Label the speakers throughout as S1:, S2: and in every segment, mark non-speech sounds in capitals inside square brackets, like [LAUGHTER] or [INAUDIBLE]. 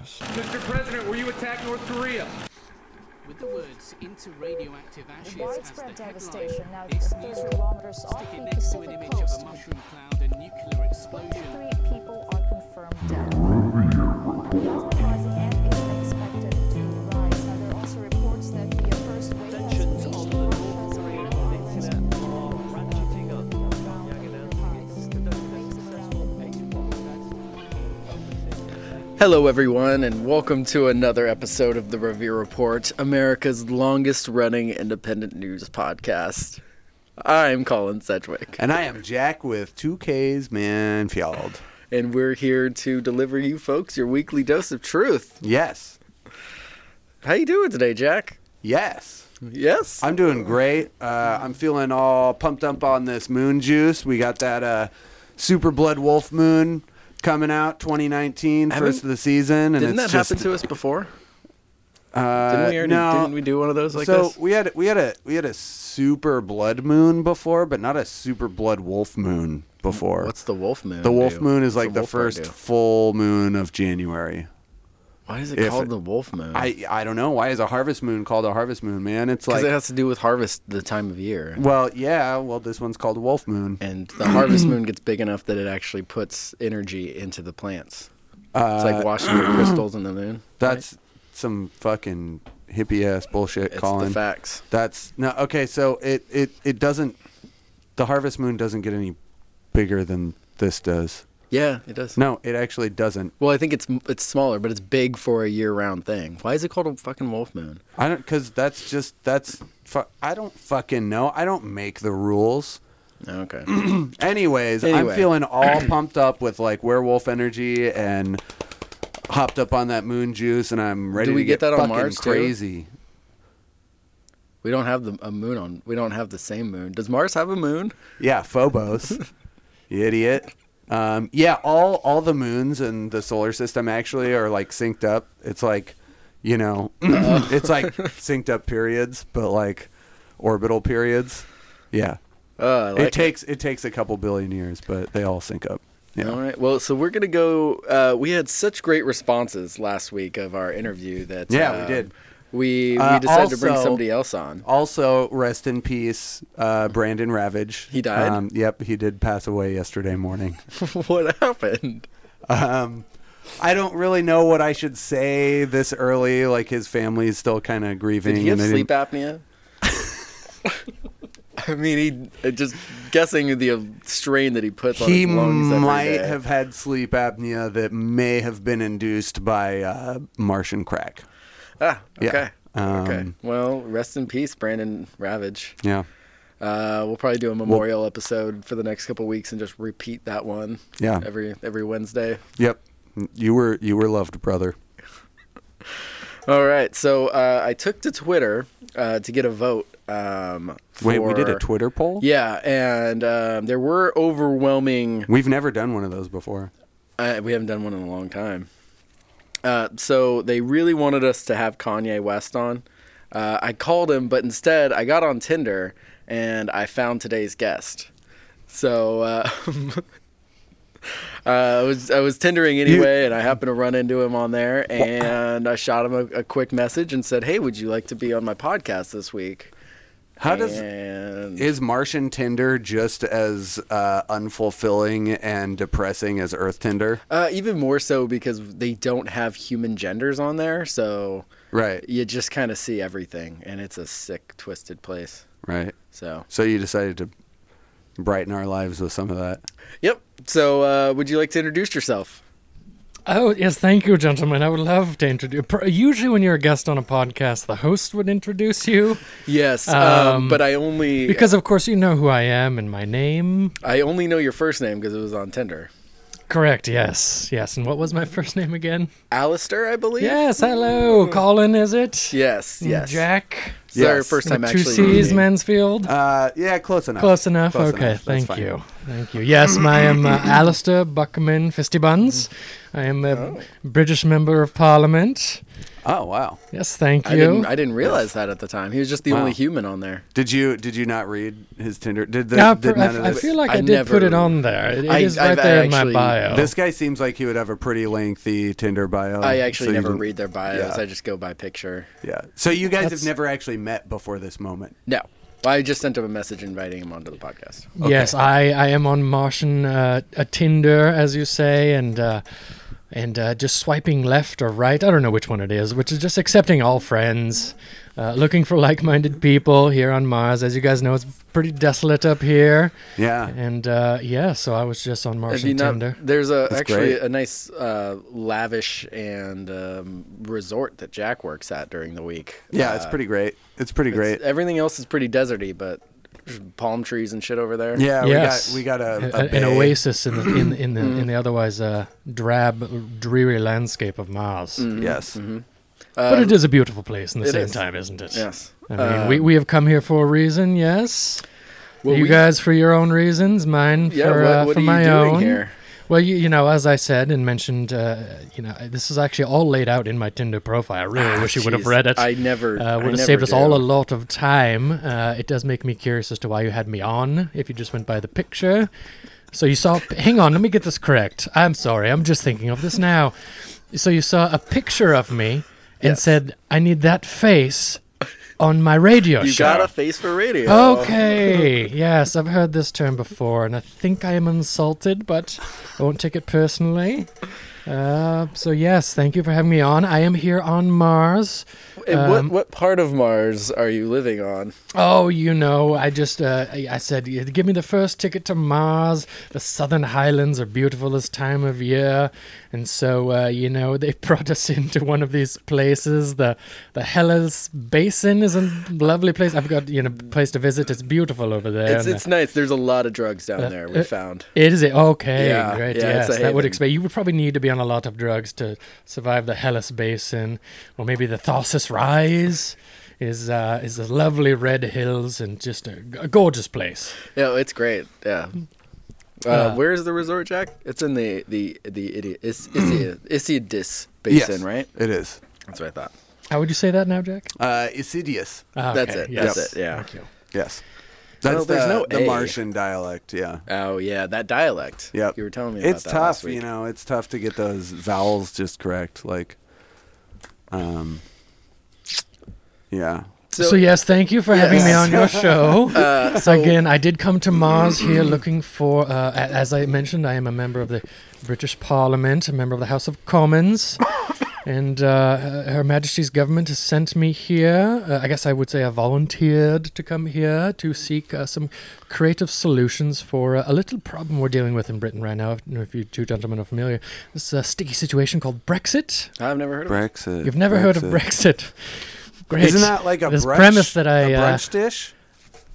S1: Yes.
S2: Mr. President, will you attack North Korea?
S3: With the words into radioactive ashes
S4: Widespread
S3: as the
S4: devastation now
S3: headline, this
S4: just a
S3: news
S4: few
S3: report
S4: kilometers
S3: stick
S4: off
S3: it
S4: the
S3: next to an image
S4: Pacific
S3: of
S4: coast.
S3: a mushroom cloud and nuclear explosion.
S4: Twenty-three people are confirmed dead. Hospitalized and is expected to rise. Now, there are also reports that the first wave has
S5: Tensions
S4: reached
S5: on the
S4: North
S5: North Korean
S4: Pacific Islands.
S5: peninsula are ratcheting up. Pyongyang announcing it's conducted a successful eight-block test
S1: Hello, everyone, and welcome to another episode of the Revere Report, America's longest running independent news podcast. I'm Colin Sedgwick,
S6: And I am Jack with two Ks Manfield.
S1: and we're here to deliver you folks your weekly dose of truth.
S6: Yes.
S1: How you doing today, Jack?
S6: Yes.
S1: Yes.
S6: I'm doing great. Uh, I'm feeling all pumped up on this moon juice. We got that uh, Super Blood Wolf Moon coming out 2019,
S1: Haven't-
S6: first of the season. And
S1: Didn't
S6: it's
S1: that
S6: just,
S1: happen to us before?
S6: Uh,
S1: Didn't we already?
S6: no.
S1: Didn't we do one of those like
S6: so
S1: this?
S6: we had we had a we had a Super Blood Moon before, but not a Super Blood Wolf Moon before.
S1: What's the Wolf Moon?
S6: the Wolf
S1: do?
S6: Moon is
S1: What's
S6: like the
S1: Wolf Moon
S6: first
S1: do?
S6: full moon of January.
S1: Why is it
S6: if
S1: called
S6: it-
S1: the Wolf Moon?
S6: I I don't know why is a harvest moon called a harvest moon, man. It's
S1: because
S6: like
S1: it has to do with harvest, the time of year.
S6: well, yeah, well this one's called wolf moon.
S1: and the harvest moon gets big enough that it actually puts energy into the plants. it's like washing your crystals in the moon.
S6: Uh, That's some fucking hippie ass bullshit,
S1: It's
S6: Colin.
S1: the facts.
S6: That's no okay. So it it it doesn't. The harvest moon doesn't get any bigger than this does.
S1: Yeah, it does.
S6: No, it actually doesn't.
S1: Well, I think it's it's smaller, but it's big for a year-round thing. Why is it called a fucking wolf moon?
S6: I don't because that's just that's. Fu- I don't fucking know. I don't make the rules.
S1: Oh,
S6: [CLEARS THROAT]
S1: Okay.
S6: Anyways,
S1: Anyway.
S6: I'm
S1: [COUGHS]
S6: feeling all pumped up with like werewolf energy and hopped up on that moon juice, and I'm ready
S1: Do we
S6: to
S1: get that on
S6: fucking
S1: Mars, too?
S6: crazy.
S1: we don't have the a moon on. We don't have the same moon. Does Mars have a moon? [LAUGHS]
S6: Yeah, Phobos, you idiot. Um, yeah, all all the moons in the solar system actually are like synced up. It's like,
S1: [COUGHS]
S6: you know, it's like synced up periods, but like orbital periods. Yeah,
S1: Uh, I like
S6: it takes it takes a couple billion years, but they all sync up. Yeah.
S1: All right. Well, so we're gonna go. Uh, we had such great responses last week of our interview that
S6: Yeah,
S1: uh,
S6: we did.
S1: We we
S6: Uh,
S1: decided to bring
S6: also-
S1: somebody else on. [LAUGHS]
S6: Also, rest in peace, uh, Brandon Ravage. Um,
S1: He died?
S6: yep, he did pass away yesterday morning.
S1: what happened?
S6: um, I don't really know what I should say this early. Like his family is still kind of grieving.
S1: Did he have
S6: and they
S1: sleep
S6: didn't-
S1: apnea? [LAUGHS] I mean, he uh, just guessing the uh, strain that he puts on
S6: He
S1: his lungs. every
S6: might
S1: day.
S6: have had sleep apnea that may have been induced by uh, Martian crack.
S1: Ah,
S6: Yeah.
S1: okay. okay.
S6: Um,
S1: Well, rest in peace, Brandon Ravage.
S6: Yeah,
S1: Uh, we'll probably do a memorial episode for the next couple weeks and just repeat that one.
S6: Yeah.
S1: Every every Wednesday.
S6: yep. You were you were loved, brother.
S1: All right, so uh, I took to Twitter uh, to get a vote. Um,
S6: Wait, we did a
S1: for-
S6: Twitter poll.
S1: Yeah, and um, there were overwhelming.
S6: we've never done one of those before.
S1: Uh, we haven't done one in a long time. Uh, so they really wanted us to have Kanye West on. Uh, I called him, but instead I got on Tinder and I found today's guest. So uh, [LAUGHS] uh, I was I was Tindering anyway, and I happened to run into him on there, and I shot him a, a quick message and said, "Hey, would you like to be on my podcast this week?"
S6: How does
S1: And
S6: Is Martian Tinder just as uh, unfulfilling and depressing as Earth Tinder?
S1: uh, even more so because they don't have human genders on there, so.
S6: Right,
S1: you just kind of see everything and it's a sick twisted place
S6: right.
S1: so
S6: So you decided to brighten our lives with some of that.
S1: yep so uh, would you like to introduce yourself
S7: Oh, yes, thank you, gentlemen. I would love to introduce. pr- Usually, when you're a guest on a podcast, the host would introduce you
S1: yes um,
S7: Um,
S1: but i only
S7: because, of course, you know who I am and my name.
S1: i only know your first name because it was on tinder
S7: Correct, yes, yes. And what was my [LAUGHS] first name again?
S1: Alistair, i believe
S7: Yes, hello. Colin, is it?
S6: Mm,
S1: yes yes
S7: Jack?
S1: Sorry,
S6: Yes.
S1: first time
S7: with
S1: actually
S7: two C's,
S1: meeting.
S7: Mansfield?
S6: Uh, yeah, close enough.
S7: Close enough. okay,
S6: That's
S7: thank
S6: fine.
S7: you. Thank you. Yes, I am uh, Alistair Buckman Fistibuns. I am a British member of Parliament.
S6: Oh wow.
S7: Yes, thank you.
S1: I didn't, I didn't realize that at the time. He was just the
S6: Wow.
S1: only human on there.
S6: Did you did you not read his Tinder? Did the
S7: yeah,
S6: did
S7: per-
S6: none of
S7: I, I
S6: this-
S7: feel like I,
S1: I
S7: did
S1: never-
S7: put it on there. It, it
S1: I-
S7: is
S1: I've
S7: right there in my
S1: actually-
S7: bio.
S6: This guy seems like he would have a pretty lengthy Tinder bio.
S1: I actually
S6: Oh, so you
S1: never
S6: didn't-
S1: read their bios.
S6: yeah.
S1: I just go by picture.
S6: Yeah. So you guys
S7: That's-
S6: have never actually met before this moment.
S1: No. Well, I just sent him a message inviting him onto the podcast.
S7: Yes, I, I am on Martian uh, a Tinder, as you say, and uh, and uh, just swiping left or right. I don't know which one it is, which is just accepting all friends, uh, looking for like-minded people here on Mars. As you guys know, it's pretty desolate up here,
S6: Yeah.
S7: and uh, yeah, so I was just on
S1: Have you
S7: Martian
S1: not-
S7: Tinder.
S1: there's a
S6: That's
S1: actually
S6: great.
S1: a nice uh, lavish and um, resort that Jack works at during the week.
S6: Yeah,
S1: Uh,
S6: it's pretty great. It's pretty
S1: it's- uh,
S6: great.
S1: Everything else is pretty deserty, but palm trees and shit over there.
S6: Yeah,
S7: yes,
S6: we got we got a, a
S7: A- an
S6: bay.
S7: oasis in the in the, in
S1: [CLEARS THROAT]
S7: the, in the otherwise uh, drab, dreary landscape of Mars.
S1: Mm-hmm.
S6: Yes.
S7: but it is a beautiful place in the
S1: Um, it
S7: same
S1: is.
S7: time, isn't it?
S1: Yes. Uh, Um,
S7: I mean, we, we have come here for a reason, yes. you guys for your own reasons, mine
S1: Yeah,
S7: for,
S1: what-
S7: uh,
S1: what
S7: for
S1: are you
S7: my
S1: doing
S7: own.
S1: here?
S7: Well, you, you know, as I said and mentioned, uh, you know, this is actually all laid out in my Tinder profile. I really wish you would have
S1: Ah, jeez.
S7: read it.
S1: I never- I
S7: uh, would have
S1: never
S7: saved us all
S1: do.
S7: a lot of time. Uh, it does make me curious as to why you had me on. If you just went by the picture, so you saw. hang on, let me get this correct. I'm sorry, I'm just thinking of this now. So you saw a picture of me and
S1: Yes.
S7: said, "I need that face." On my radio
S1: You
S7: show.
S1: got a face for radio.
S7: Okay. yes, I've heard this term before, and I think I am insulted, but I won't take it personally. Uh, so yes, thank you for having me on. I am here on Mars.
S1: And what
S7: Um,
S1: what part of Mars are you living on?
S7: Oh, you know, I just uh, I I said, "Yeah, give me the first ticket to Mars. The Southern Highlands are beautiful this time of year, and so uh, you know they [LAUGHS] brought us into one of these places. the The Hellas Basin is a lovely place. I've got you know place to visit. It's beautiful over there.
S1: It's
S7: and, uh,
S1: it's nice. There's a lot of drugs down there. We
S7: uh,
S1: found.
S7: It is it okay?
S1: Yeah,
S7: great.
S1: yeah,
S7: yes,
S1: it's a
S7: that would
S1: haven.
S7: explain. You would probably need to be on a lot of drugs to survive the Hellas Basin, or maybe the Tharsis Rise. Is uh, is the lovely red hills and just a, g- a gorgeous place.
S1: Yeah, it's great. Yeah. Uh,
S7: Uh,
S1: where is the resort, Jack? It's in the the the idiot is
S6: [CLEARS THROAT]
S1: Isidis
S6: Yes.
S1: basin, right?
S6: It is.
S1: That's what I thought.
S7: How would you say that now, Jack?
S6: Uh, Isidious.
S7: Ah,
S1: That's
S7: okay,
S1: it, that's it, yeah.
S7: Thank you.
S6: Yes.
S1: So
S6: That's
S1: there's
S6: the,
S1: no
S6: the
S1: A.
S6: Martian dialect. Yeah.
S1: Oh yeah, that dialect.
S6: Yep.
S1: You were telling me about
S6: It's
S1: that
S6: tough,
S1: last week.
S6: you know. It's tough to get those vowels just correct. Like, um, yeah.
S7: So, yes, thank you for having me on your show.
S1: [LAUGHS] Uh,
S7: Again, I did come to Mars here looking for, uh, a- as I mentioned, I am a member of the British Parliament, a member of the House of Commons, and uh, Her Majesty's government has sent me here. Uh, I guess I would say I volunteered to come here to seek uh, some creative solutions for uh, a little problem we're dealing with in Britain right now. If, if you two gentlemen are familiar, this uh, sticky situation called Brexit.
S1: I've never
S6: [LAUGHS]
S1: heard of it.
S6: Brexit.
S7: You've never heard of Brexit. [LAUGHS] Great.
S6: Isn't that like a
S7: this
S6: brunch,
S7: premise that I
S6: a
S7: uh,
S6: brunch dish?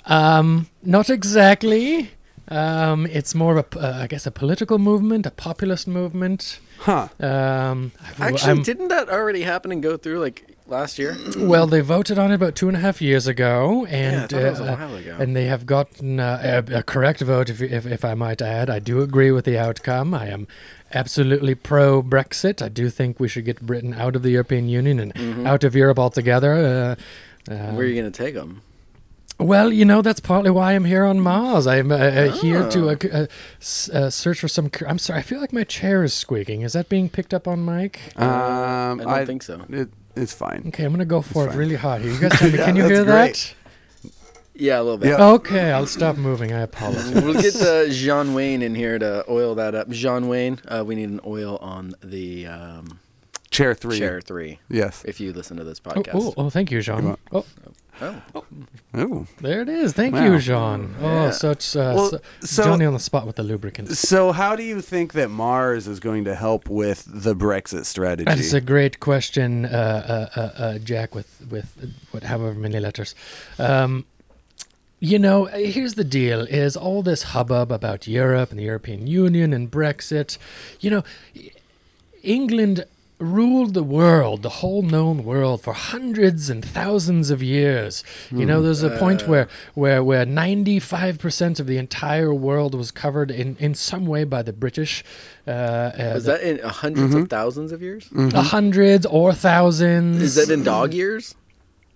S7: um, not exactly. Um, it's more of a, uh, I guess, a political movement, a populist movement.
S6: Huh.
S7: Um, I-
S1: Actually,
S7: I'm-
S1: didn't that already happen and go through like last
S6: [CLEARS THROAT]
S1: year?
S7: well, they voted on it about two and a half years ago,
S1: I
S7: and
S1: thought it was a
S7: uh,
S1: while ago.
S7: and they have gotten uh, a, a correct vote, if, if if I might add. I do agree with the outcome. I am absolutely pro Brexit. I do think we should get Britain out of the European Union and out of Europe altogether. Uh, um,
S1: Mm-hmm. Where are you gonna take them?
S7: Well, you know that's partly why I'm here on Mars. I'm uh, uh here
S6: Ah.
S7: to uh, c- uh, s- uh, search for some. cur- I'm sorry, I feel like my chair is squeaking. Is that being picked up on mic?
S6: Um,
S1: Uh, I don't think so.
S6: It, it's fine.
S7: Okay, I'm gonna go for it
S6: fine.
S7: really hard here.
S6: [LAUGHS]
S7: You guys, tell me,
S6: Yeah,
S7: can you
S6: that's
S7: hear that?
S6: great.
S1: Yeah, a little bit.
S6: Yeah.
S7: Okay, I'll stop moving. I apologize.
S1: [LAUGHS] We'll get uh, Jean Wayne in here to oil that up. Jean Wayne, uh, we need an oil on the um,
S6: Chair three.
S1: chair three.
S6: Yes.
S1: If you listen to this
S7: Oh,
S1: podcast,
S7: oh, oh, thank you, Jean. Oh,
S1: Oh.
S6: Ooh.
S7: there it is. Thank
S6: Wow.
S7: you, Jean. Oh,
S1: Yeah.
S7: such uh,
S6: Well,
S7: so-
S6: so-
S7: Johnny on the spot with the lubricants.
S6: So, how do you think that Mars is going to help with the Brexit strategy?
S7: That's a great question, uh, uh, uh, uh, Jack. With with what, however many letters. Um, you know, uh, here's the deal: is all this hubbub about Europe and the European Union and Brexit. You know, England ruled the world, the whole known world, for hundreds and thousands of years. You know, there's a point where where where 95% of the entire world was covered in in some way by the British. Uh, uh,
S1: Was
S7: the-
S1: that in 100s
S6: Mm-hmm.
S1: of thousands of years?
S7: the hundreds or thousands?
S1: Is that in dog years?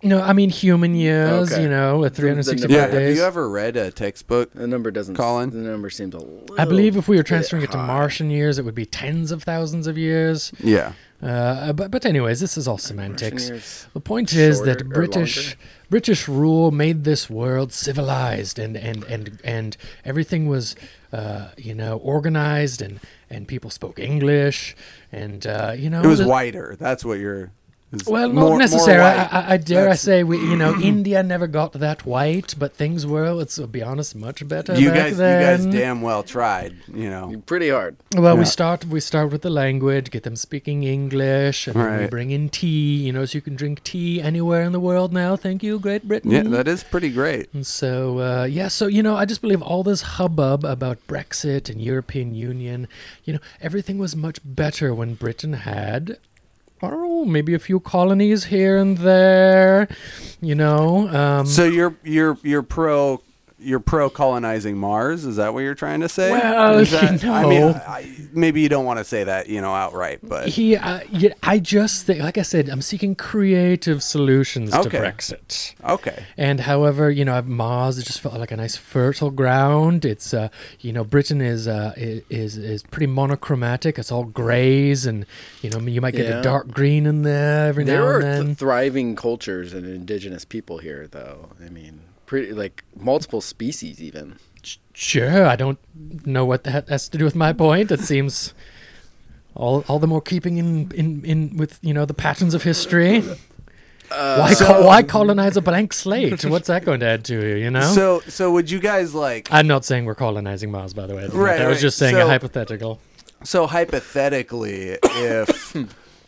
S7: no, I mean human years.
S1: Okay.
S7: You know, at
S1: The- the number-
S7: 365
S6: Yeah. Have
S7: days.
S6: you ever read a textbook?
S1: The number doesn't.
S6: Colin?
S1: The number seems a little.
S7: I believe if we were transferring
S1: bit
S7: it to
S1: high.
S7: Martian years, it would be tens of thousands of years.
S6: Yeah.
S7: Uh, but but anyways, this is all semantics.
S1: years
S7: The point is
S1: shorter
S7: that
S1: or
S7: British
S1: longer?
S7: British rule made this world civilized, and and and and everything was uh, you know organized, and and people spoke English, and uh, you know
S6: It was
S7: the-
S6: wider. That's what you're. is
S7: Well, not
S6: more- more
S7: necessarily. I,
S6: white.
S7: I, I dare I
S6: That's-
S7: say we, you know, India never got that white, but things were, let's be honest, much better.
S6: you
S7: back
S6: guys,
S7: then.
S6: you guys damn well tried. You know.
S1: Pretty hard.
S7: Well,
S6: Yeah.
S7: we start we start with the language, get them speaking English, and then we
S6: Right.
S7: bring in tea. You know, so you can drink tea anywhere in the world now. Thank you, Great Britain.
S6: Yeah, that is pretty great.
S7: and so uh, yeah, so you know, I just believe all this hubbub about Brexit and European Union. You know, everything was much better when Britain had. Oh, maybe a few colonies here and there, you know. Um,
S6: So you're you're you're pro you're pro colonizing Mars. Is that what you're trying to say?
S7: Well, [LAUGHS]
S6: Is that- I mean,
S7: no.
S6: I, maybe you don't want to say that, you know, outright, but
S7: he, uh, yeah, I just think, like I said, I'm seeking creative solutions to
S6: Okay.
S7: Brexit.
S6: okay.
S7: And however, you know, Mars it just felt like a nice fertile ground. It's uh, you know, Britain is uh, i- is is pretty monochromatic. It's all grays, and you know, you might get
S1: Yeah.
S7: a dark green in there every
S1: There
S7: now
S1: are
S7: and
S1: th-
S7: then.
S1: thriving cultures and indigenous people here, though. I mean, pretty like multiple species even.
S7: sure, I don't know what that has to do with my point. It seems all all the more keeping in in, in with you know the patterns of history.
S1: Uh,
S7: why, col- why colonize a blank slate? What's that going to add to you?
S1: [LAUGHS]
S7: You know.
S6: So so would you guys like
S7: I'm not saying we're colonizing Mars, by the way.
S6: Right,
S7: I was
S6: right.
S7: just saying a
S6: So-
S7: hypothetical.
S6: so hypothetically if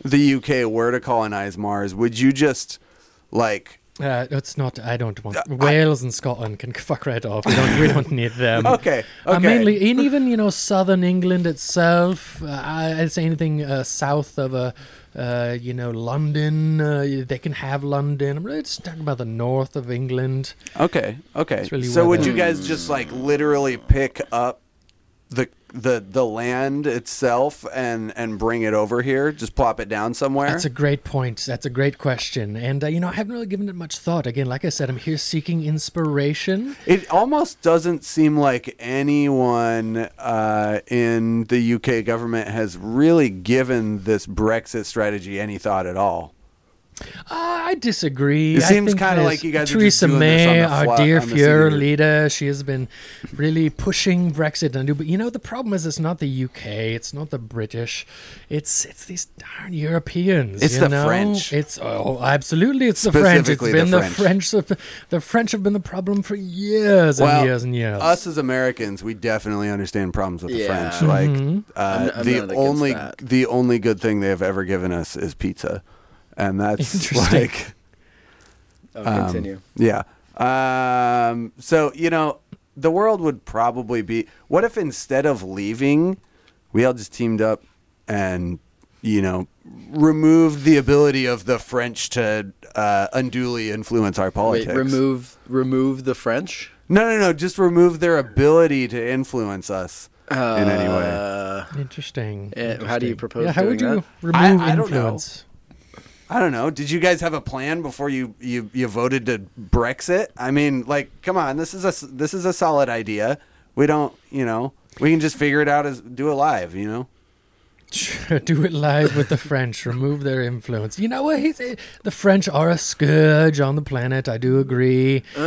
S6: the UK were to colonize Mars, would you just like
S7: Uh, it's not. I don't
S6: Uh,
S7: want Wales and Scotland can [LAUGHS] fuck right off. We don't. We don't need them.
S6: [LAUGHS] Okay,
S7: Uh,
S6: okay.
S7: mainly, and even you know, southern England itself. Uh, I- I'd say anything uh, south of a, uh, you know, London. Uh, they can have London. I'm really just talking about the north of England.
S6: Okay, okay.
S7: really
S6: so
S7: where
S6: would
S7: the-
S6: you guys just like literally pick up the the the land itself and and bring it over here, just plop it down somewhere?
S7: That's a great point. That's a great question. And uh, you know, I haven't really given it much thought. Again, like I said, I'm here seeking inspiration.
S6: It almost doesn't seem like anyone uh, in the UK government has really given this Brexit strategy any thought at all.
S7: Uh, I disagree.
S6: It
S7: I
S6: seems
S7: think
S6: kinda
S7: this-
S6: like you guys are
S7: Theresa
S6: just doing this on
S7: May,
S6: the
S7: our
S6: fly-
S7: dear
S6: on the
S7: Fuhrer
S6: seat.
S7: leader, she has been really pushing Brexit undo. But you know, the problem is, it's not the UK, it's not the British, it's it's these darn Europeans.
S6: It's
S7: you
S6: the
S7: know?
S6: French.
S7: It's oh, absolutely, it's the French. It's
S6: Specifically the
S7: been the
S6: French.
S7: French. The French, the French have been the problem for years and years and years.
S6: us as Americans, we definitely understand problems with the
S1: Yeah.
S6: French. Like
S7: Mm-hmm.
S1: I'm-
S6: uh,
S1: I'm not
S6: the
S1: against
S6: only
S1: that.
S6: the only good thing they have ever given us is pizza, and that's
S7: Interesting.
S6: [LAUGHS] like
S1: Oh,
S6: um,
S1: continue.
S6: yeah. Um, so you know, the world would probably be. What if instead of leaving, we all just teamed up and you know removed the ability of the French to uh, unduly influence our
S1: Wait,
S6: politics?
S1: remove remove the French.
S6: No, no, no. Just remove their ability to influence us in any way.
S1: Uh,
S7: Interesting.
S1: Eh, how do you
S7: Interesting.
S1: propose
S7: Yeah, how would you
S1: doing
S7: remove
S6: I- I don't know.
S7: influence?
S6: I don't know. Did you guys have a plan before you, you you voted to Brexit? I mean, like, come on. This is a s- this is a solid idea. We don't, you know, we can just figure it out as do it live, you know.
S7: Sure, do it live with the French. Remove their influence. You know what? He's, the French are a scourge on the planet. I do agree. Um,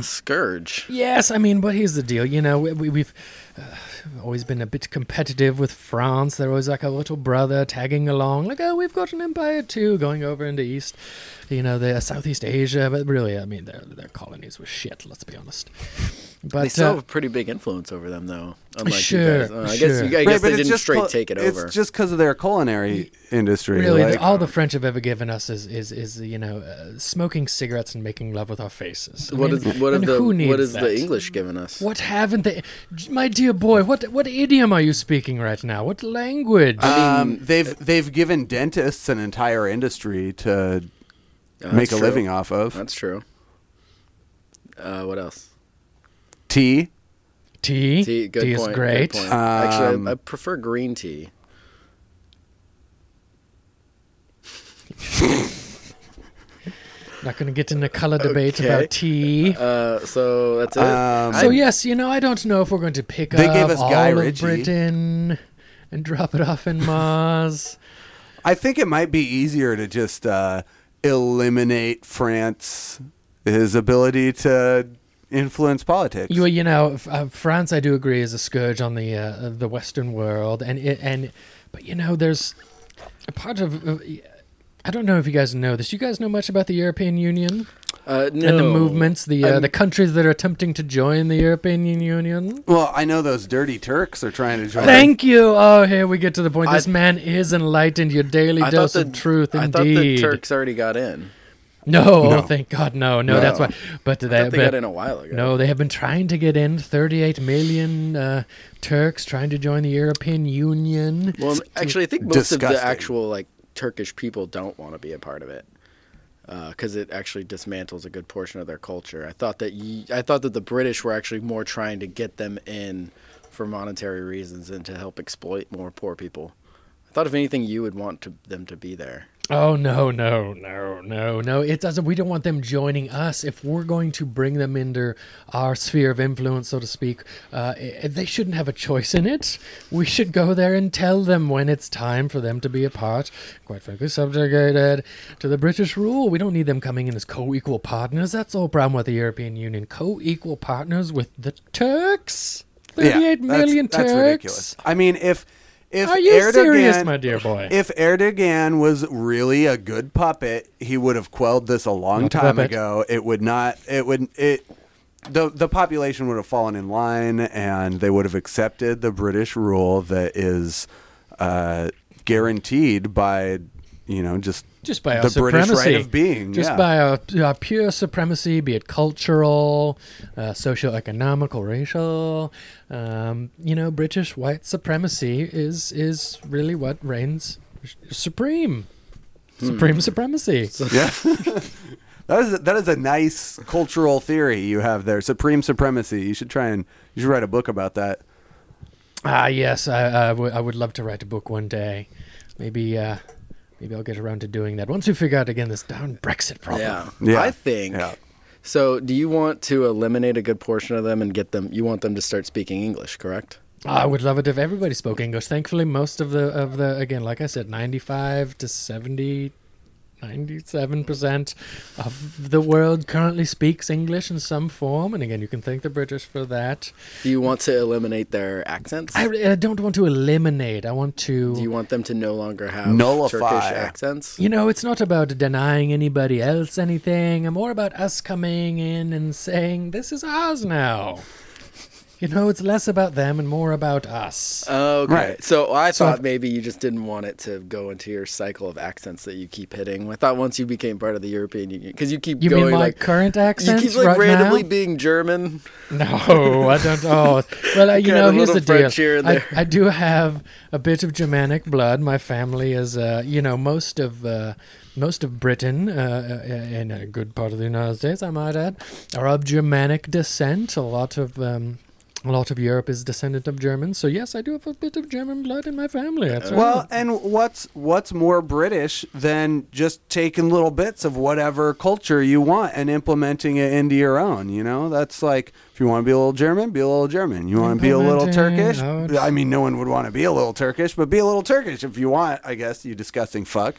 S1: uh, scourge.
S7: Yes, I mean, but here's the deal. You know, we, we, we've uh, always been a bit competitive with France. They're always like a little brother tagging along, like, oh, we've got an empire too, going over into East, uh, you know, the Southeast Asia. But really, I mean, their, their colonies were shit, let's be honest. But
S1: they still
S7: uh,
S1: have a pretty big influence over them, though. Unlike
S7: Sure,
S1: you guys, Uh, I
S7: sure.
S1: guess you, I guess
S6: Right, but
S1: they
S6: it's
S1: didn't
S6: just
S1: straight
S6: cul-
S1: take it over.
S6: It's just because of their culinary industry.
S7: really, the-
S6: like- um,
S7: all the French have ever given us is is, is you know uh, smoking cigarettes and making love with our faces. I
S1: what
S7: mean,
S1: is what
S7: and
S1: is the
S7: who needs
S1: what is
S7: that?
S1: the English giving us?
S7: What haven't they, my dear boy? What what idiom are you speaking right now? What language?
S1: Ah,
S6: Um, they've they've given dentists an entire industry to
S1: Uh,
S6: make
S1: that's
S6: a
S1: true.
S6: living off of.
S1: That's true. Uh, what else?
S6: Tea.
S7: tea.
S1: Tea. Good
S7: tea
S1: point.
S7: is
S1: good
S7: great.
S1: point. Actually, I, I
S6: Um,
S1: prefer green tea.
S7: Not going to get into
S1: [LAUGHS]
S7: color debate
S1: Okay.
S7: about tea.
S1: Uh, so that's it.
S6: Um,
S7: so yes, you know I don't know if we're going to pick
S6: They
S7: up
S6: gave us
S7: all
S6: Guy
S7: of
S6: Ritchie.
S7: Britain and drop it off in Mars.
S6: I think it might be easier to just uh, eliminate France, his ability to influence politics.
S7: You you know f- uh, France, I do agree, is a scourge on the uh, the Western world, and it, and but you know there's a part of. of- I don't know if you guys know this. You guys know much about the European Union
S1: uh, no.
S7: and the movements, the uh,
S1: I'm-
S7: the countries that are attempting to join the European Union.
S6: well, I know those dirty Turks are trying to join.
S7: Thank you. Oh, here we get to the point.
S1: I-
S7: This man is enlightened. Your daily
S1: I thought
S7: dose
S1: the
S7: of truth,
S1: I
S7: indeed.
S1: thought the Turks already got in.
S7: No,
S6: No.
S7: thank God, no, no, that's why. But
S1: I
S7: they,
S1: thought they
S7: but-
S1: got in a while ago.
S7: no, they have been trying to get in. Thirty-eight million uh, Turks trying to join the European Union.
S1: Well, actually, I think most of the
S6: disgusting.
S1: actual like Turkish people don't want to be a part of it because it actually dismantles a good portion of their culture. I thought that ye- I thought that the British were actually more trying to get them in for monetary reasons and to help exploit more poor people. I thought if anything, you would want to, them to be there.
S7: Oh no, no, no, no, no! It doesn't. We don't want them joining us. If we're going to bring them into our sphere of influence, so to speak, uh, i- they shouldn't have a choice in it. We should go there and tell them when it's time for them to be a part. Quite frankly, subjugated to the British rule. We don't need them coming in as co-equal partners. That's the whole problem with the European Union. Co-equal partners with the Turks. Thirty-eight
S6: that's-
S7: million
S6: That's
S7: Turks.
S6: ridiculous. I mean, if if
S7: Are you
S6: Erdogan,
S7: serious, my dear boy?
S6: If Erdogan was really a good puppet, he would have quelled this a long
S7: Not the
S6: time
S7: puppet.
S6: ago. It would not. It would it. The, the population would have fallen in line and they would have accepted the British rule that is uh, guaranteed by, you know, just,
S7: just by our
S6: the
S7: supremacy.
S6: British right of being.
S7: just
S6: yeah.
S7: by our, our pure supremacy, be it cultural, uh, socio-economical, racial. Um, you know, British white supremacy is is really what reigns supreme,
S6: Hmm.
S7: supreme supremacy.
S6: Yeah. that is that is a nice cultural theory you have there. Supreme supremacy. You should try and you should write a book about that.
S7: Ah, yes, I, I, w- I would love to write a book one day. Maybe uh, maybe I'll get around to doing that once we figure out again this darn Brexit problem.
S1: Yeah,
S6: Yeah.
S1: I think.
S6: Yeah.
S1: So, do you want to eliminate a good portion of them and get them? You want them to start speaking English, correct?
S7: I would love it if everybody spoke English. Thankfully, most of the of the again, like I said, ninety five to 70, 97 percent of the world currently speaks English in some form. And again, you can thank the British for that.
S1: Do you want to eliminate their accents?
S7: I, I don't want to eliminate. I want to.
S1: do you
S7: You,
S1: want them to no longer have
S6: Nullify.
S1: Turkish accents?
S7: know, it's not about denying anybody else anything. I'm more about us coming in and saying this is ours now. You know, it's less about them and more about
S1: Uh,
S7: us.
S1: Oh, Okay.
S6: Right.
S1: So I
S7: So
S1: thought
S7: I've-
S1: maybe you just didn't want it to go into your cycle of accents that you keep hitting. I thought once you became part of the European Union, because you keep
S7: you
S1: going
S7: mean my
S1: like
S7: current accent
S1: you keep like
S7: right
S1: randomly
S7: now?
S1: being German.
S7: No, I don't. Oh, well, uh, you
S1: Got
S7: know,
S1: a
S7: here's
S1: little
S7: the deal.
S1: French here and
S7: I,
S1: there.
S7: I do have a bit of Germanic blood. My family is, uh, you know, most of uh, most of Britain uh, uh, and a good part of the United States, I might add, are of Germanic descent. A lot of um, a lot of Europe is descendant of Germans. So yes, I do have a bit of German blood in my family. That's right.
S6: Well, and what's what's more British than just taking little bits of whatever culture you want and implementing it into your own? You know, that's like if you want to be a little German, be a little German. You want to be a little
S7: Implementing
S6: Turkish?
S7: out-
S6: I mean, no one would want to be a little Turkish, but be a little Turkish if you want. I guess you disgusting fuck.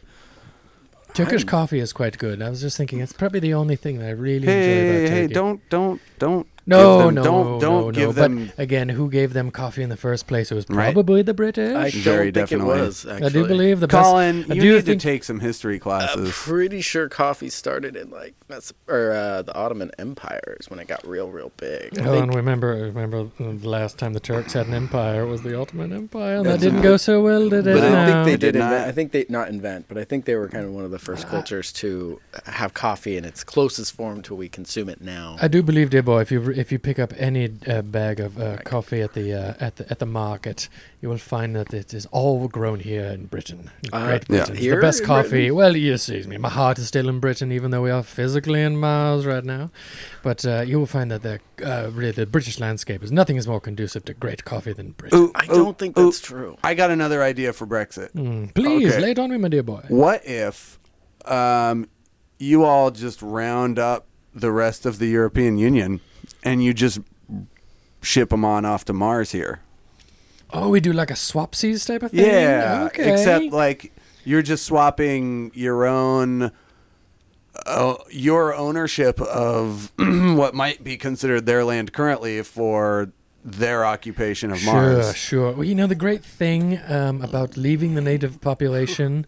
S7: Turkish coffee is quite good. I was just thinking it's probably the only thing that I really enjoy
S6: Hey,
S7: about
S6: hey,
S7: Turkey.
S6: don't, don't, don't.
S7: No,
S6: them-
S7: no,
S6: don't- don't
S7: no,
S6: give
S7: no.
S6: them-
S7: But again, who gave them coffee in the first place? It was
S6: Right.
S7: probably the British.
S1: I
S7: I,
S1: don't
S6: Very
S1: think
S6: definitely.
S1: it was. Actually.
S7: do believe the
S6: Colin,
S7: best.
S6: you
S7: I do
S6: need
S7: think
S6: to take some history classes.
S1: Pretty sure coffee started in like Mes- or uh, the Ottoman Empire is when it got real, real big. I
S7: Well,
S1: think
S7: Oh, and remember, remember the last time the Turks had an empire was the Ottoman Empire, and that didn't go so well, did it?
S1: But I
S7: No.
S1: think they
S6: They Ah.
S1: did.
S6: did
S1: invent,
S6: not.
S1: I think they not invent, but I think they were kind of one of the first cultures to have coffee in its closest form to we consume it now.
S7: I do believe, dear boy, if you if you pick up any uh, bag of uh, coffee at the uh, at the at the market, you will find that it is all grown here in Britain. in
S1: Uh,
S7: Great
S1: yeah.
S7: Britain, It's
S1: Here
S7: the best
S1: in
S7: coffee.
S1: Britain?
S7: Well, you see me. My heart is still in Britain, even though we are physically in Mars right now. But uh, you will find that the uh, really the British landscape is nothing is more conducive to great coffee than Britain.
S6: Ooh,
S1: Uh, I
S6: ooh,
S1: don't think
S6: ooh.
S1: that's true.
S6: I got another idea for Brexit.
S7: Mm, Please
S6: Okay.
S7: lay it on me, my dear boy.
S6: What if um, you all just round up the rest of the European Union and you just ship them on off to Mars here?
S7: Oh, we do like a swapsies type of thing.
S6: Yeah.
S7: Okay.
S6: Except like you're just swapping your own uh, your ownership of [CLEARS THROAT] what might be considered their land currently for their occupation of
S7: Sure,
S6: Mars.
S7: sure. Well, you know the great thing um, about leaving the native
S6: [LAUGHS]
S7: population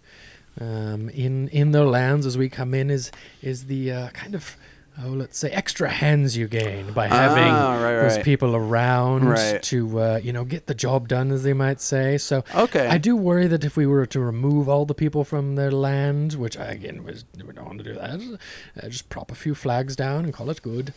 S7: um, in in their lands as we come in is is the uh, kind of oh let's say extra hands you gain by having
S6: Ah, right,
S7: those
S6: right.
S7: people around
S6: Right.
S7: to uh, you know get the job done as they might say. So
S6: Okay.
S7: I do worry that if we were to remove all the people from their land, which I, again was we don't want to do that, uh, just prop a few flags down and call it good.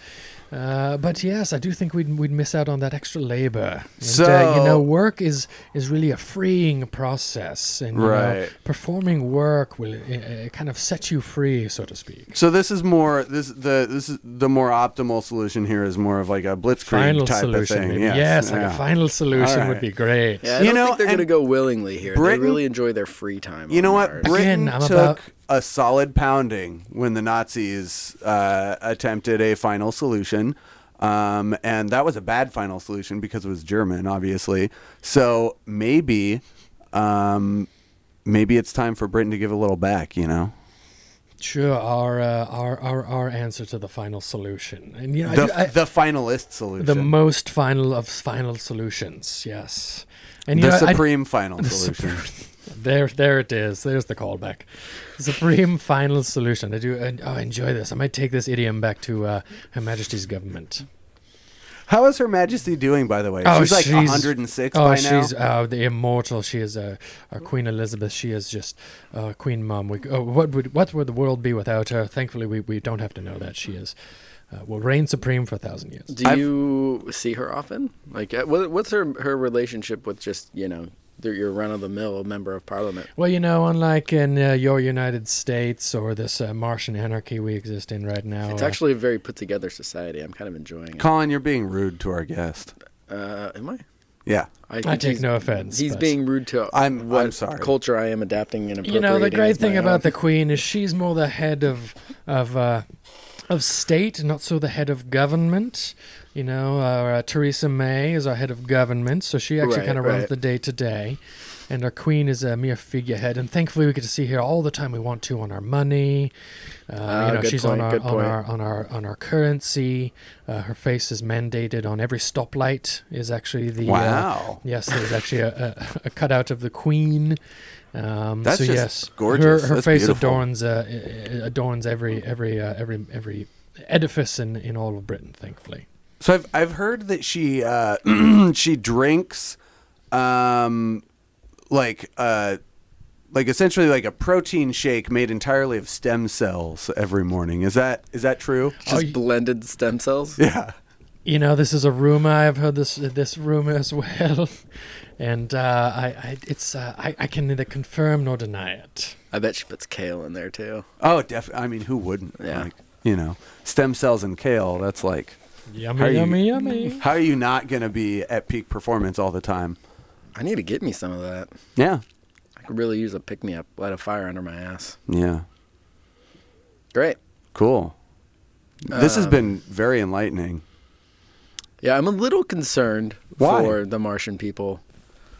S7: Uh, but yes, I do think we'd we'd miss out on that extra labor. And, uh, you know,
S6: So-
S7: work is is really a freeing process, and you know,
S6: Right.
S7: performing work will uh, uh, kind of set you free, so to speak.
S6: So this is more this the this is the more optimal solution here is more of like a blitzkrieg
S7: Final
S6: type
S7: solution.
S6: of thing.
S7: maybe.
S6: Yes,
S7: like
S6: yeah.
S7: a final solution would
S6: right.
S7: be great.
S1: Yeah, I
S6: You
S1: don't
S6: know,
S1: think they're going to go
S6: and
S1: willingly here.
S6: Britain-
S1: they really enjoy their free time.
S6: You
S1: on
S6: know
S1: Mars.
S6: what? Britain
S7: I'm
S6: took
S7: about-
S6: a solid pounding when the Nazis uh, attempted a final solution. Um, and that was a bad final solution because it was German, obviously. So maybe, um, maybe it's time for Britain to give a little back, you know?
S7: Sure, our, uh, our our our answer to the final solution, and you know, I
S6: The,
S7: do- I-
S6: the finalist solution.
S7: the most final of final solutions. Yes, and you
S6: The
S7: know, I-
S6: supreme
S7: [LAUGHS]
S6: final
S7: The
S6: solution.
S7: There, there it is. There's the callback. Supreme final solution. I do. I, oh, enjoy this. I might take this idiom back to uh, Her Majesty's government.
S6: How is Her Majesty doing, by the way? she's like 106
S7: oh,
S6: by now.
S7: she's uh, the immortal. She is uh, uh, Queen Elizabeth. She is just uh, Queen Mom. We, oh, what would what would the world be without her? Thankfully, we, we don't have to know that she is uh, will reign supreme for a thousand years.
S1: Do you see her often? Like, uh, what- what's her her relationship with just you know the- your run of the mill member of parliament?
S7: Well, you know, unlike in uh, your United States or this uh, Martian anarchy we exist in right now,
S1: It's
S7: uh,
S1: actually a very put together society. I'm kind of enjoying it.
S6: Colin, you're being rude to our guest.
S1: Uh, am I?
S6: Yeah.
S1: think
S7: take
S1: he's-
S7: no offense,
S1: He's
S7: but-
S1: being rude to
S6: I'm- I'm
S1: what
S6: sorry.
S1: culture I am adapting and
S7: you know the
S1: appropriating
S7: great
S1: as my
S7: thing about
S1: own.
S7: the queen is she's more the head of of uh, of state not so the head of government you know uh, theresa may is our head of government so she actually
S1: Right,
S7: kind of runs
S1: right.
S7: the day to day and our queen is a mere figurehead and thankfully we get to see her all the time we want to on our money uh,
S1: Ah,
S7: you know
S1: good
S7: she's
S1: point,
S7: on, our,
S1: good
S7: on
S1: point.
S7: our on our on our currency uh, her face is mandated on every stoplight is actually the uh,
S6: Wow.
S7: Yes, there's actually a, a, a cutout of the Queen. Um,
S6: That's
S7: so
S6: just
S7: yes,
S6: gorgeous.
S7: Her, her
S6: That's
S7: face
S6: beautiful.
S7: adorns uh, i- i- adorns every every uh, every every edifice in, in all of Britain. Thankfully,
S6: So I've I've heard that she uh, [CLEARS THROAT] she drinks, um, like uh, like essentially like a protein shake made entirely of stem cells every morning. Is that is that true?
S1: just blended stem cells.
S6: Oh, Yeah.
S7: you know this is a rumor. I've heard this uh, this rumor as [LAUGHS] well, and uh, I, I it's uh, I, I can neither confirm nor deny it.
S1: I bet she puts kale in there too.
S6: Oh, def. I mean, who wouldn't?
S1: Yeah.
S6: Like, you know, stem cells and kale. That's like, How
S7: Yummy,
S6: are you-
S7: yummy, yummy.
S6: how are you not going to be at peak performance all the time?
S1: I need to get me some of that.
S6: Yeah.
S1: I could really use a pick me up, light a fire under my ass.
S6: Yeah.
S1: Great.
S6: Cool. This
S7: Um,
S6: has been very enlightening.
S1: Yeah, I'm a little concerned
S6: Why?
S1: for the Martian people.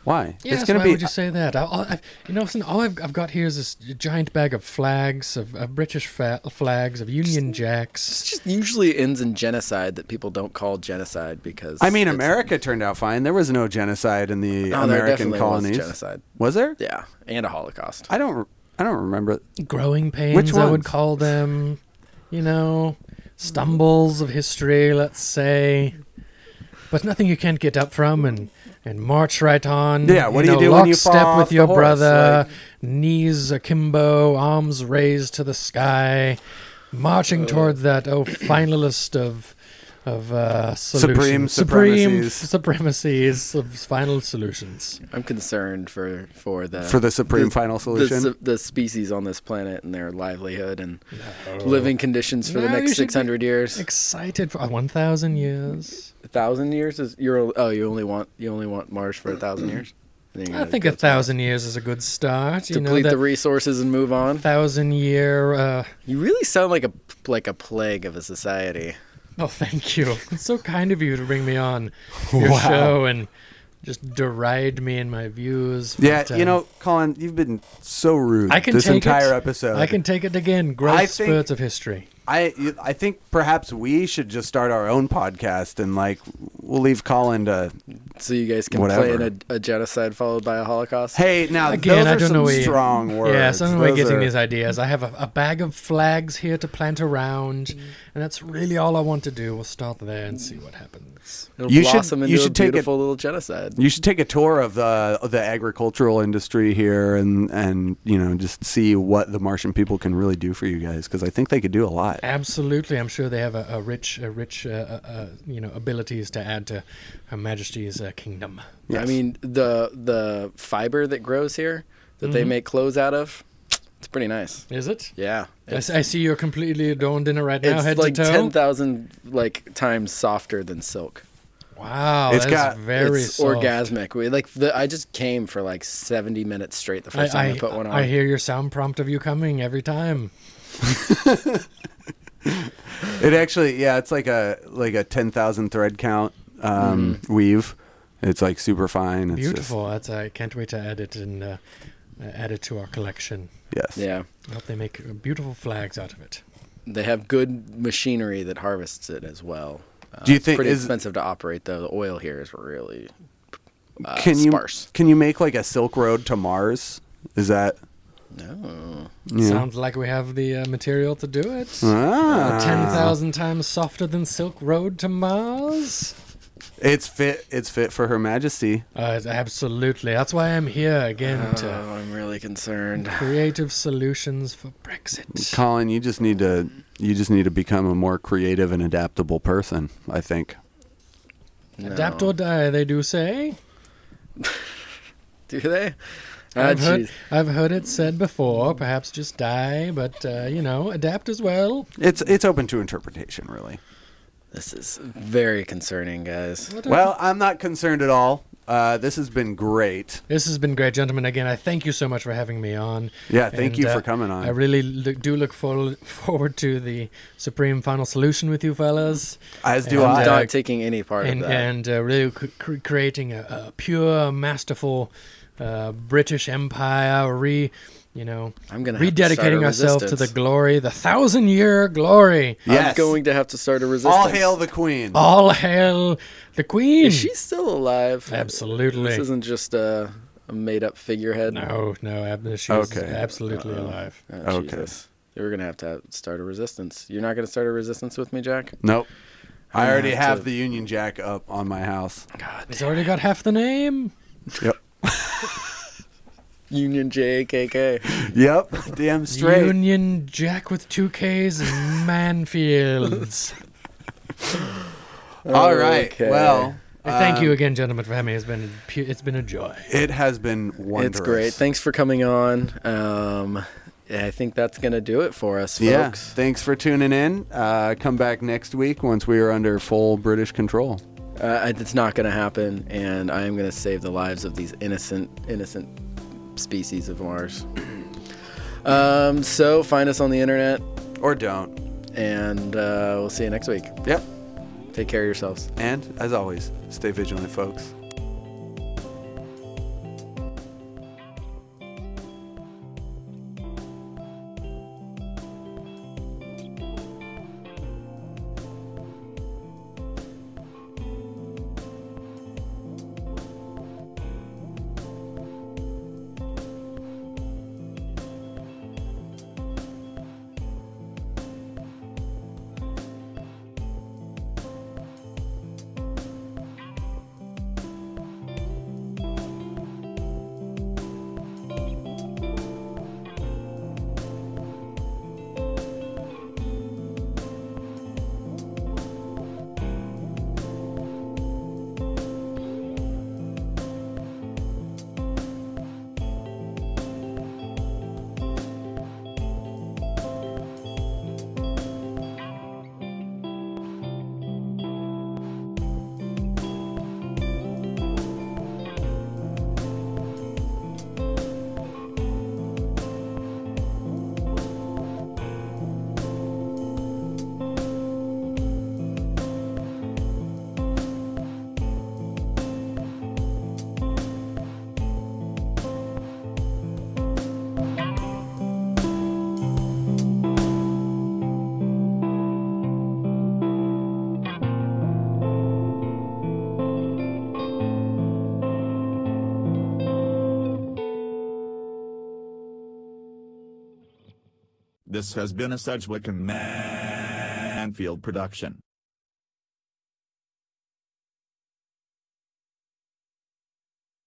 S6: Why?
S7: Yes,
S6: it's going
S7: why
S6: to be.
S7: would you say that? I, all, I, you know, listen, all I've, I've got here is this giant bag of flags, of, of British fa- flags, of Union Jacks.
S1: It just usually ends in genocide that people don't call genocide because
S6: I mean,
S1: it's-
S6: America turned out fine. There was no genocide in the
S7: Oh,
S1: No, there
S6: American
S1: definitely was
S6: colonies.
S1: genocide.
S6: Was there?
S1: Yeah, and a Holocaust.
S6: I don't. I don't remember.
S7: Growing pains, I would
S6: ones?
S7: call them. You know, stumbles of history, let's say. But nothing you can't get up from and, and march right on.
S6: Yeah, what do you
S7: know,
S6: do when you fall
S7: lockstep
S6: off
S7: with
S6: the
S7: your
S6: horse,
S7: brother,
S6: like-
S7: knees akimbo, arms raised to the sky,
S6: Uh,
S7: marching towards that oh finalist of of uh,
S6: Supreme
S7: solutions. supreme
S6: supremacies.
S7: supremacies of final solutions.
S1: I'm concerned for for the
S6: For the supreme final solution?
S1: the, the species on this planet and their livelihood and
S6: Oh.
S1: living conditions for the
S7: No, you
S1: next
S7: should be
S1: 600 years.
S7: Excited for uh, one thousand years.
S1: a thousand years is you're oh you only want you only want Mars for a thousand years.
S7: [CLEARS THROAT]
S1: And then
S7: I
S1: you're gonna
S7: think
S1: go
S7: a thousand years is a good start. You know
S1: deplete the
S7: that
S1: resources and move on.
S7: thousand year. Uh,
S1: You really sound like a like a plague of a society.
S7: oh, thank you. It's so kind of you to bring me
S6: [LAUGHS]
S7: on your show and just deride me and my views.
S6: Yeah,
S7: but,
S6: you
S7: um,
S6: know, Colin, you've been so rude
S7: I can
S6: this
S7: take
S6: entire
S7: it.
S6: episode.
S7: I can take it again. Growth
S6: I think-
S7: spurts of history.
S6: I you- I think perhaps we should just start our own podcast and like we'll leave Colin to.
S1: So you guys can
S6: Whatever.
S1: play in a, a genocide followed by a Holocaust.
S6: Hey, now
S7: Again,
S6: those
S7: I
S6: are
S7: don't
S6: some
S7: know where you-
S6: strong words.
S7: Yeah, so I'm way
S6: Those
S7: getting
S6: are-
S7: these ideas. I have a, a bag of flags here to plant around, and that's really all I want to do. We'll start there and see what happens.
S1: It'll
S6: You should-
S1: blossom into
S6: you should
S1: a
S6: take it-
S1: beautiful little genocide.
S6: You should take a tour of the of the agricultural industry here, and and you know just see what the Martian people can really do for you guys, because I think they could do a lot.
S7: Absolutely, I'm sure they have a, a rich, a rich, uh, uh, uh, you know, abilities to add to Her Majesty's uh, kingdom.
S1: I
S6: Yes.
S1: mean the the fiber that grows here that
S7: Mm-hmm.
S1: they make clothes out of. It's pretty nice.
S7: Is it?
S1: Yeah,
S7: I,
S1: it's,
S7: s- I see you're completely adorned in it right now,
S1: it's
S7: head
S1: like
S7: to toe.
S1: ten thousand like times softer than silk.
S7: wow,
S6: It's
S7: that's
S6: got-
S7: very
S1: it's
S7: soft.
S1: orgasmic. We, like the, I just came for like seventy minutes straight the
S7: I,
S1: first time I, put one on.
S7: I hear your sound prompt of you coming every time.
S6: It actually, yeah, it's like a like a ten thousand thread count um, weave. It's like super fine. It's just-
S7: Beautiful. That's I can't wait to add it and uh, uh, add it to our collection.
S6: yes.
S1: yeah,
S7: I hope they make uh, beautiful flags out of it.
S1: they have good machinery that harvests it as well. Uh,
S6: Do you
S1: it's
S6: think-
S1: pretty
S6: is-
S1: expensive to operate though? The oil here is really uh,
S6: Can you
S1: sparse.
S6: can you make like a Silk Road to Mars? Is that
S1: No.
S6: Yeah.
S7: Sounds like we have the uh, material to do it.
S1: Uh,
S7: Uh,
S6: ah,
S7: 10,000 times softer than Silk Road to Mars?
S6: It's fit. It's fit for Her Majesty.
S7: Uh, absolutely. That's why I'm here again
S1: Oh,
S7: to
S1: I'm really concerned.
S7: creative solutions for Brexit.
S6: Colin, you just need to you just need to become a more creative and adaptable person. I think.
S7: Adapt or die, they do say.
S1: Do they?
S7: I've,
S1: Ah,
S7: heard,
S1: jeez.
S7: I've heard it said before. Perhaps just die, but uh, you know, adapt as well.
S6: It's it's open to interpretation, really.
S1: This is very concerning, guys.
S6: Well, I'm not concerned at all. Uh, this has been great.
S7: This has been great, gentlemen. Again, I thank you so much for having me on. uh,
S6: Yeah, thank you for coming on.
S7: I really look, do look for, forward to the supreme final solution with you fellas.
S6: As do
S7: And,
S6: I.
S7: uh,
S1: Not taking any part
S7: and
S1: of that.
S7: and uh, really c- cr- creating a, a pure, masterful uh, British Empire. Re, you know,
S1: I'm gonna have to start a
S7: rededicating ourselves to the
S1: resistance.
S7: glory, the thousand-year glory.
S1: I'm
S6: yes.
S1: going to have to start a resistance. Oh.
S6: All hail the queen.
S7: All hail the Queen.
S1: Is she still alive?
S7: Absolutely.
S1: This isn't just a, a made-up figurehead.
S7: no, no, ab- she's
S6: Okay.
S7: absolutely alive.
S1: Oh,
S6: Okay.
S1: Jesus. You're gonna have to have- start a resistance. You're not gonna start a resistance with me, Jack.
S6: Nope. I
S1: gonna
S6: already
S1: have
S6: have
S1: to-
S6: the Union Jack up on my
S1: [LAUGHS]
S6: house.
S7: He's already got half the name.
S6: Yep.
S1: Union JKK.
S6: Yep. Damn straight.
S7: Union Jack with two K's,
S1: [LAUGHS]
S7: Manfields.
S6: All right.
S1: Okay.
S6: Well,
S7: I thank
S1: Um,
S7: you again, gentlemen, for having me. It's been a, pu- it's been a joy.
S6: it has been wondrous.
S1: It's great. Thanks for coming on. Um, I think that's gonna do it for us,
S6: yeah.
S1: folks.
S6: Thanks for tuning in. Uh, come back next week once we are under full British control.
S1: Uh, it's not gonna happen, and I am gonna save the lives of these innocent, innocent species of Mars. [CLEARS THROAT] um, so find us on the internet,
S6: Or don't.
S1: and uh, we'll see you next week.
S6: Yep.
S1: Take care of yourselves.
S6: And as always, stay vigilant, folks.
S8: This has been a Sedgwick and Man- Manfield production.